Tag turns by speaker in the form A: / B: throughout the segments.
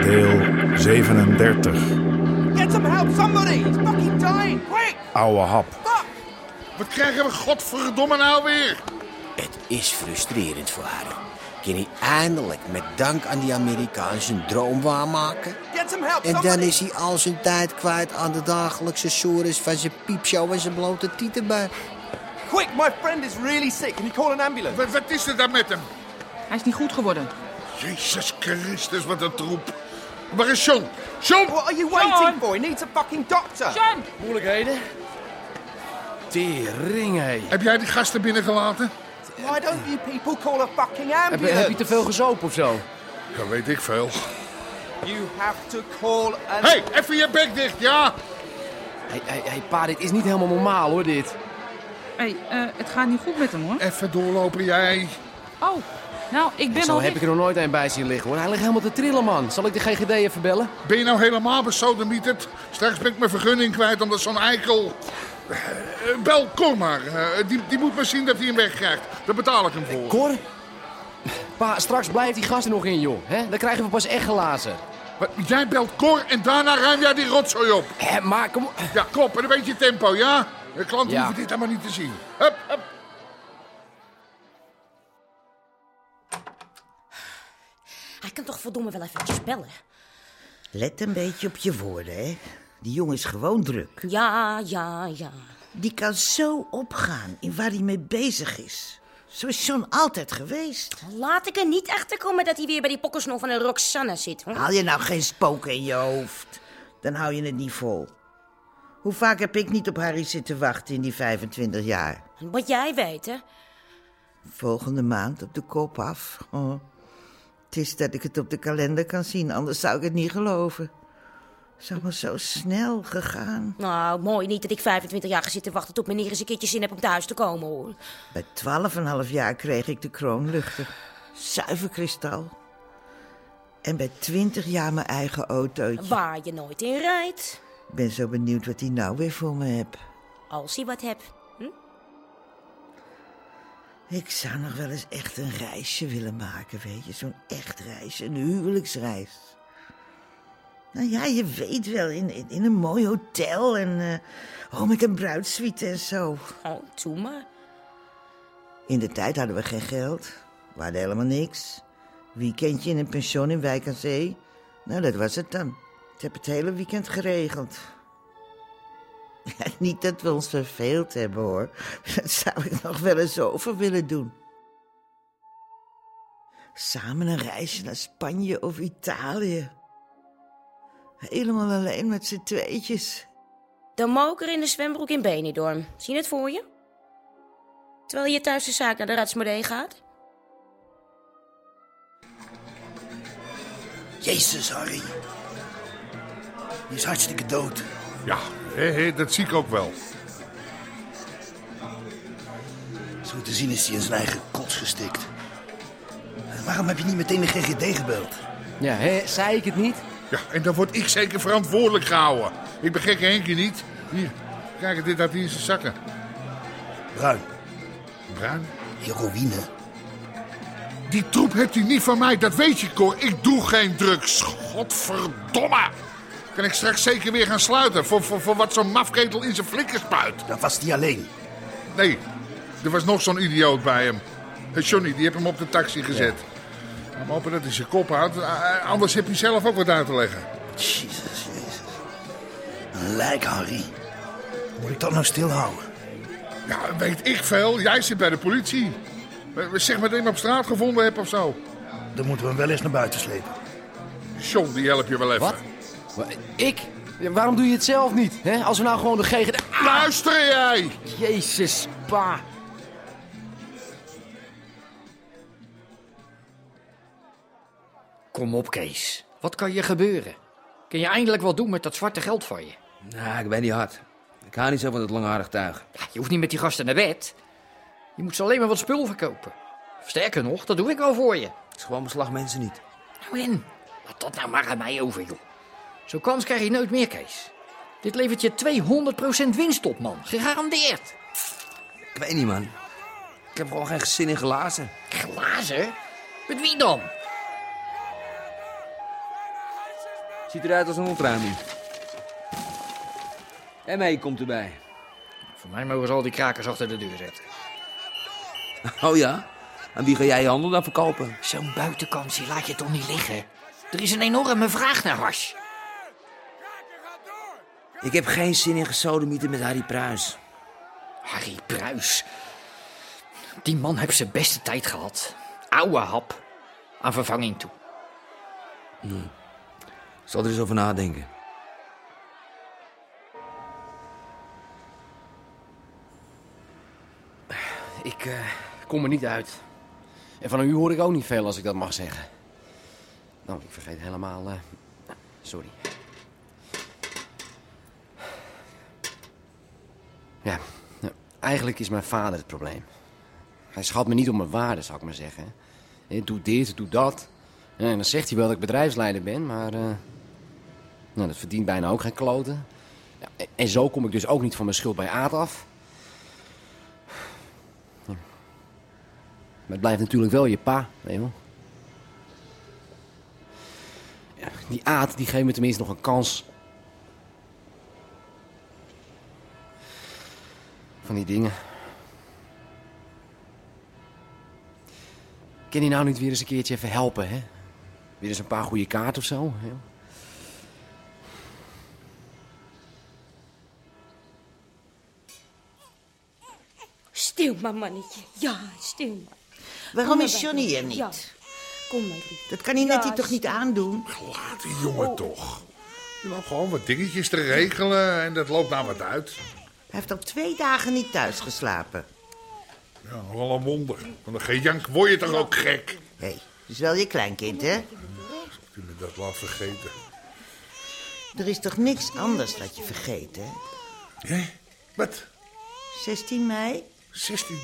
A: Deel 37.
B: Get some help, somebody! He's fucking dying! Quick!
A: Oude hap.
B: Fuck!
C: Wat krijgen we godverdomme nou weer?
D: Het is frustrerend voor haar. Kan hij eindelijk met dank aan die Amerikaan zijn droom waarmaken?
B: Get some help,
D: En dan
B: somebody!
D: is hij al zijn tijd kwijt aan de dagelijkse sores van zijn piepshow en zijn blote tietenbaar.
B: Quick! My friend is really sick. Can you call an ambulance?
C: Wat, wat is er dan met hem?
E: Hij is niet goed geworden.
C: Jezus Christus, wat een troep. Waar is John? John!
B: What are you waiting
F: John!
B: for? He needs a fucking doctor!
F: John! Moeilijkheden? Tering, hé.
C: Heb jij die gasten binnengelaten?
B: Why don't you people call a fucking
F: Heb,
B: ambulance?
F: heb je te veel gezopen of zo?
C: Ja, weet ik veel.
B: You have to call an...
C: Hé, hey, even je bek dicht, ja?
F: Hé, hé, hé, pa, dit is niet helemaal normaal, hoor, dit.
E: Hé, eh, het gaat niet goed met hem hoor.
C: Even doorlopen, jij.
E: Oh, nou, ik ben
F: Zo
E: al.
F: heb ik er nog nooit een bij zien liggen, hoor. Hij ligt helemaal te trillen, man. Zal ik de GGD even bellen?
C: Ben je nou helemaal besodemieterd? Straks ben ik mijn vergunning kwijt omdat zo'n eikel... Eh, Bel Cor maar. Eh, die, die moet maar zien dat hij hem wegkrijgt. Daar betaal ik hem voor.
F: Cor? Pa, straks blijft die gast er nog in, joh. hè? dan krijgen we pas echt glazen.
C: Wat, Jij belt Cor en daarna ruim jij die rotzooi op.
F: Hé, maar kom op.
C: Ja, klopt. En een beetje tempo, ja? De klanten
F: Ja.
C: hoeven dit allemaal niet te zien. Hup, hup.
G: Hij kan toch verdomme wel eventjes bellen?
D: Let een beetje op je woorden, hè. Die jongen is gewoon druk.
G: Ja, ja, ja.
H: Die kan zo opgaan in waar hij mee bezig is. Zo is John altijd geweest.
G: Laat ik er niet achter komen dat hij weer bij die pokkensnor van een Roxanne zit. Hoor.
H: Haal je nou geen spoken in je hoofd, dan hou je het niet vol. Hoe vaak heb ik niet op Harry zitten wachten in die 25 jaar?
G: Wat jij weet, hè?
H: Volgende maand op de kop af. Oh. Het is dat ik het op de kalender kan zien, anders zou ik het niet geloven. Het is allemaal zo snel gegaan.
G: Nou, mooi niet dat ik 25 jaar ga zitten wachten tot meneer eens een keertje zin heeft om thuis te komen, hoor.
H: Bij 12,5 jaar kreeg ik de kroonluchter. Zuiver kristal. En bij 20 jaar mijn eigen autootje.
G: Waar je nooit in rijdt,
H: Ik ben zo benieuwd wat hij nou weer voor me hebt.
G: als hij wat hebt.
H: Ik zou nog wel eens echt een reisje willen maken, weet je. Zo'n echt reisje, een huwelijksreis. Nou ja, je weet wel, in, in, in een mooi hotel en... eh, oh, met een bruidsuite en zo.
G: Oh, doe maar.
H: In de tijd hadden we geen geld. We hadden helemaal niks. Weekendje in een pension in Wijk aan Zee. Nou, dat was het dan. Ik heb het hele weekend geregeld. Ja, niet dat we ons verveeld hebben hoor. Dat zou ik nog wel eens over willen doen. Samen een reisje naar Spanje of Italië. Helemaal alleen met z'n tweetjes.
G: De moker in de zwembroek in Benidorm. Zie je het voor je? Terwijl je thuis de zaak naar de Ratsmodee gaat.
D: Jezus, Harry. Die is hartstikke dood.
C: Ja, hé, hé, dat zie ik ook wel.
D: Zo te zien is hij in zijn eigen kots gestikt. Waarom heb je niet meteen de GGD gebeld?
F: Ja, hè, zei ik het niet?
C: Ja, en dan word ik zeker verantwoordelijk gehouden. Ik ben gekke Henkje niet. Hier, kijk, dit had hij in zijn zakken.
D: Bruin,
C: Bruin.
D: die ruïne.
C: Die troep hebt u niet van mij, dat weet je, Cor. Ik doe geen drugs. Godverdomme. Kan ik straks zeker weer gaan sluiten voor, voor, voor wat zo'n mafketel in zijn flikker spuit?
D: Dat was die alleen.
C: Nee, er was nog zo'n idioot bij hem. Eh, Johnny, die heeft hem op de taxi gezet. Maar hopen dat hij zijn kop houdt, eh, eh, anders heb je zelf ook wat uit te leggen.
D: Jezus, Jezus. Een lijk, Harry. Moet ik dat nou stilhouden?
C: Ja, weet ik veel. Jij zit bij de politie. Eh, Zeg maar dat ik hem op straat gevonden heb of zo.
D: Dan moeten we hem wel eens naar buiten slepen.
C: John, die help je wel even.
F: Wat? Maar, ik? Ja, waarom doe je het zelf niet? Hè? Als we nou gewoon de GGD...
C: Luister jij!
F: Jezus, pa.
I: Kom op, Kees. Wat kan je gebeuren? Kun je eindelijk wat doen met dat zwarte geld van je?
J: Nou, ik ben niet hard. Ik hou niet zo van dat langharig tuig.
I: Ja, Je hoeft niet met die gasten naar bed. Je moet ze alleen maar wat spul verkopen. Sterker nog, dat doe ik al voor je.
J: Het is gewoon beslag mensen niet.
I: Nou in, laat dat nou maar aan mij over, joh. Zo'n kans krijg je nooit meer, Kees. Dit levert je 200% winst op, man. Gegarandeerd.
J: Ik weet niet, man. Ik heb gewoon geen zin in glazen.
I: Glazen? Met wie dan?
J: Ziet eruit als een ontruiming. En mee komt erbij.
I: Voor mij mogen ze al die krakers achter de deur zetten.
J: Oh ja? Aan wie ga jij je handel dan verkopen?
I: Zo'n buitenkans, die laat je toch niet liggen? Er is een enorme vraag naar Hars.
J: Ik heb geen zin in gesodemieten met Harry Pruis.
I: Harry Pruis. Die man heeft zijn beste tijd gehad. Ouwe hap. Aan vervanging toe.
J: Ik zal er eens over nadenken.
F: Ik eh, kom er niet uit. En van u hoor ik ook niet veel, als ik dat mag zeggen. Nou, ik vergeet helemaal... eh, sorry. Ja, nou, eigenlijk is mijn vader het probleem. Hij schat me niet op mijn waarde, zou ik maar zeggen. Hè, Doe dit, doe dat. Ja, En dan zegt hij wel dat ik bedrijfsleider ben, maar... eh, nou, dat verdient bijna ook geen kloten. Ja, en- en zo kom ik dus ook niet van mijn schuld bij Aad af. Maar het blijft natuurlijk wel je pa, weet je wel. Ja, die aat, die geeft me tenminste nog een kans. Van die dingen. Kan die nou niet weer eens een keertje even helpen, hè? Weer eens een paar goede kaarten of zo. Hè?
G: Stil maar, mannetje. Ja, stil maar.
H: Waarom is
G: maar
H: Johnny
G: weg.
H: hier niet?
G: Ja. Kom maar, lief.
H: Dat kan hij net
G: Ja,
H: hier toch niet aandoen?
C: Laat die jongen toch. Je loopt gewoon wat dingetjes te regelen en dat loopt nou wat uit.
H: Hij heeft al twee dagen niet thuis geslapen.
C: Ja, wel een wonder. Van een gejank word je toch ook gek?
H: Hé, hey, het is wel je kleinkind, hè?
C: Kun je dat laat vergeten?
H: Er is toch niks anders dat je vergeet, hè?
C: Hé? Wat?
H: 16 mei?
C: 16?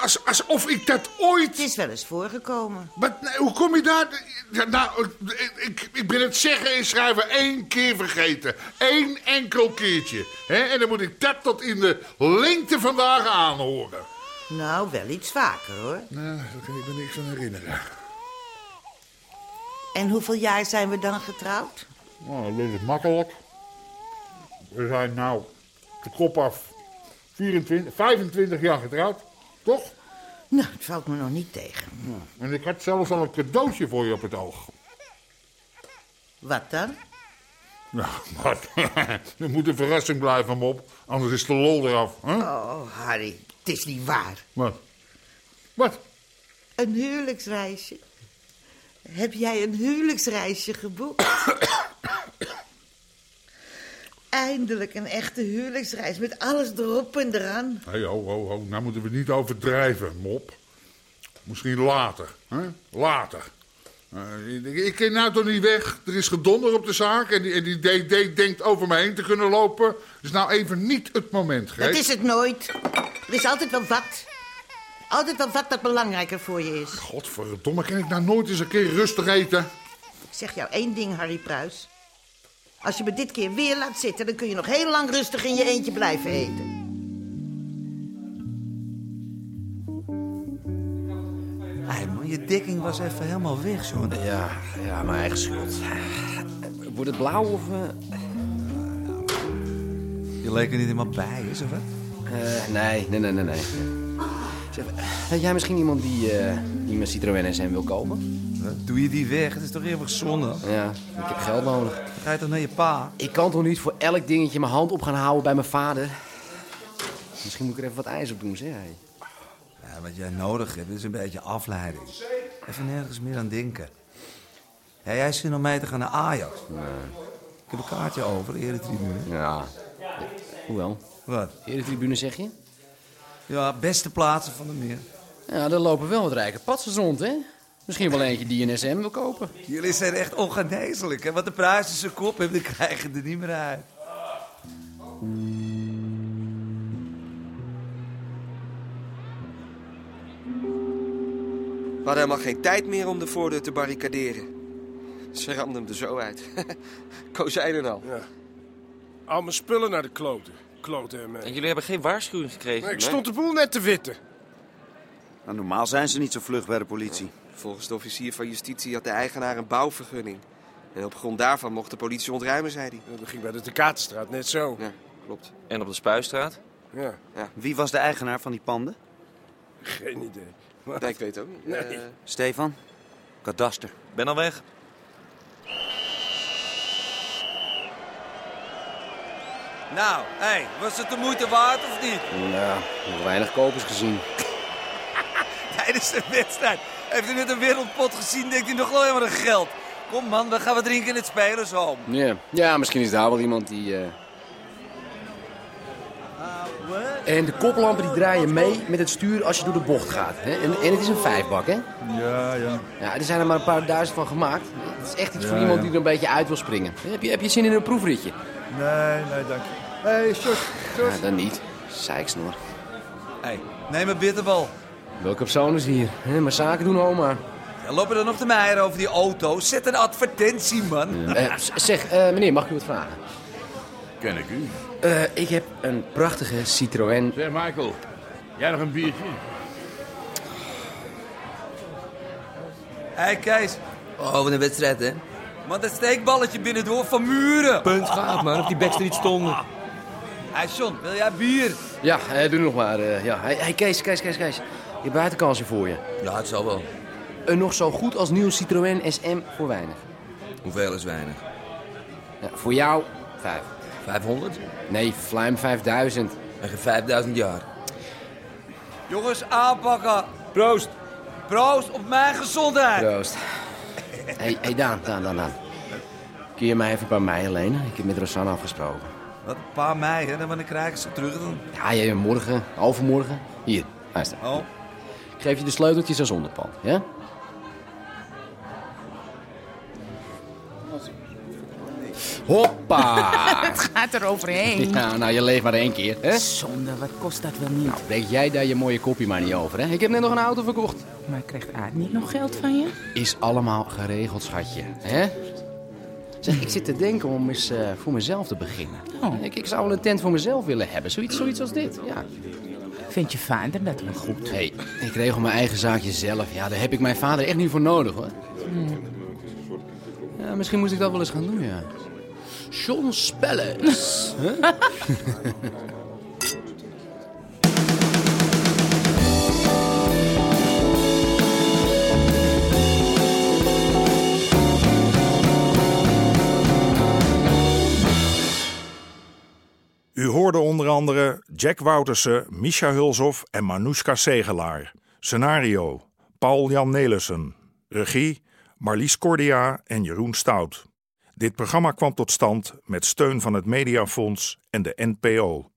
C: Als, alsof ik dat
H: Het
C: ooit...
H: is wel eens voorgekomen.
C: Wat, nee, hoe kom je daar... Ja, nou, ik- ik, ik ben het zeggen en schrijven één keer vergeten. Eén enkel keertje. hè? en dan moet ik dat tot in de lengte vandaag aanhoren.
H: Nou, wel iets vaker, hoor.
C: Nou, daar kan ik me niks van herinneren.
H: En hoeveel jaar zijn we dan getrouwd?
C: Nou, dat is makkelijk. We zijn nou de kop af 24, 25 jaar getrouwd, toch?
H: Nou, het valt me nog niet tegen.
C: En ik had zelfs al een cadeautje voor je op het oog.
H: Wat dan?
C: Nou, maar er moet een verrassing blijven, Mop. Anders is de lol eraf. Hè?
H: Oh, Harry, het is niet waar.
C: Wat? Wat?
H: Een huwelijksreisje. Heb jij een huwelijksreisje geboekt? Eindelijk een echte huwelijksreis met alles erop en eraan.
C: Hé, ho, ho, ho. Nou moeten we niet overdrijven, Mop. Misschien later, hè? Later. Eh, ik- ik ken nou toch niet weg. Er is gedonder op de zaak en die, en die DD denkt over me heen te kunnen lopen. Dat is nou even niet het moment, Greet.
H: Dat is het nooit. Er is altijd wel wat. Altijd wel wat dat belangrijker voor je is.
C: Godverdomme, kan ik nou nooit eens een keer rustig eten?
H: Ik zeg jou één ding, Harry Pruis. Als je me dit keer weer laat zitten, dan kun je nog heel lang rustig in je eentje blijven eten.
J: Hé man, je dekking was even helemaal weg, zo.
F: Ja, ja, mijn eigen schuld. Wordt het blauw of... eh,
J: Je leek er niet helemaal bij, is of wat?
F: Eh, nee, nee, nee, nee. nee. Zeg, weet jij misschien iemand die, eh die mijn Citroën SM wil kopen?
J: Wat Doe je die weg? Het is toch eeuwig zonde?
F: Ja, ik heb geld nodig.
J: Ga je toch naar je pa?
F: Ik kan toch niet voor elk dingetje mijn hand op gaan houden bij mijn vader? Misschien moet ik er even wat ijs op doen, zeg. hij.
J: Ja, wat jij nodig hebt is een beetje afleiding. Even nergens meer aan denken. Ja, jij zin om mee te gaan naar Ajax. Ik heb een kaartje al voor de eretribune.
F: Ja. Hoewel.
J: Wat?
F: Eretribune zeg je?
J: Ja, beste plaatsen van de meer.
F: Ja, er lopen wel wat rijke patsers rond, hè? Misschien wel eentje die een SM wil kopen.
J: Jullie zijn echt ongeneeslijk, hè? Wat de prijzen ze kop hebben, die krijgen er niet meer uit.
K: We hadden helemaal geen tijd meer om de voordeur te barricaderen. Ze ramden hem er zo uit. Kozijnen al.
L: Al mijn spullen naar de kloten. Kloten en
K: En jullie hebben geen waarschuwing gekregen?
L: ik stond de boel net te witten.
M: Nou, normaal zijn ze niet zo vlug bij de politie.
K: Volgens de officier van justitie had de eigenaar een bouwvergunning. En op grond daarvan mocht de politie ontruimen, zei hij.
L: Dat ging bij de Tekatenstraat net zo.
K: Ja, klopt.
M: En op de Spuistraat?
L: Ja.
M: Wie was de eigenaar van die panden?
L: Geen idee.
K: Nee, ik weet het ook niet.
L: Nee.
K: Eh,
M: Stefan? Kadaster. Ben al weg.
J: Nou, hé, was het de moeite waard of niet?
F: Ja, nog weinig kopers gezien.
J: Tijdens de wedstrijd heeft hij net een wereldpot gezien, denkt hij nog wel helemaal aan geld. Kom man, we gaan wat drinken in het spelershome.
F: Ja. ja, misschien is daar wel iemand die... eh, En de koplampen die draaien mee met het stuur als je door de bocht gaat. Hè? En, en het is een vijfbak, hè?
M: Ja, ja.
F: Ja, er zijn er maar een paar duizend van gemaakt. Het is echt iets
M: Ja,
F: voor iemand
M: ja.
F: die er een beetje uit wil springen. Heb je, heb je zin in een proefritje?
M: Nee, nee, dank je. Hé, hey, Sjors,
F: Ja, dan niet. Zeiksnor.
J: Hé, neem een bitterbal.
F: Welke persoon is hier? Hè, maar zaken doen, oma.
J: Ja, lopen er nog te meieren over die auto? Zet een advertentie, man.
F: Eh, s- zeg, eh, meneer, mag ik u wat vragen?
N: Ken ik u.
F: Eh, ik heb een prachtige Citroën.
N: Zeg, Michael, jij nog een biertje?
J: Hé, Kees. Oh, wat een wedstrijd, hè? Man, dat steekballetje binnendoor van muren. Punt gaat, man. Of die backs er niet stonden. Hé, John, wil jij bier?
F: Ja, eh, doe nog maar. eh, ja. hey, hey, Kees, Kees, Kees, Kees. Ik heb buitenkansje voor je.
J: Ja, het zal wel.
F: Een nog zo goed als nieuw Citroën SM voor weinig.
J: Hoeveel is weinig?
F: Ja, voor jou, vijf.
J: 500?
F: Nee, Fluim 5000.
J: En 5000 jaar. Jongens, aanpakken. Proost. Proost op mijn gezondheid.
F: Proost. Hé, hey, hey, Daan, Daan, Daan, Daan. Kun je mij even een paar mij lenen? Ik heb met Rosanne afgesproken.
J: Wat, een paar mei, hè? Dan wanneer krijgen ze terug dan?
F: Ja, jij eh, morgen, overmorgen. Hier, luister.
J: Oh.
F: Ik geef je de sleuteltjes als onderpand, ja? Hoppa!
E: het gaat er overheen.
F: ja, nou, je leeft maar één keer, hè?
E: Zonde, wat kost dat wel niet?
F: Nou, breng jij daar je mooie kopje maar niet over, hè? Ik heb net nog een auto verkocht.
E: Maar krijgt Aad niet nog geld van je?
F: Is allemaal geregeld, schatje, hè? Zeg, ik zit te denken om eens eh, voor mezelf te beginnen. Ik, ik zou wel een tent voor mezelf willen hebben, zoiets, zoiets als dit, ja.
E: Vind je vader dat wel goed?
F: Hé, ik regel mijn eigen zaakje zelf. Ja, daar heb ik mijn vader echt niet voor nodig, hoor. Hmm. Ja, misschien moet ik dat wel eens gaan doen, ja. John Spellers. Huh?
A: U hoorde onder andere Jack Woutersen, Misha Hulshoff en Manoushka Segelaar. Scenario: Paul-Jan Nelissen. Regie: Marlies Cordia en Jeroen Stout. Dit programma kwam tot stand met steun van het Mediafonds en de NPO.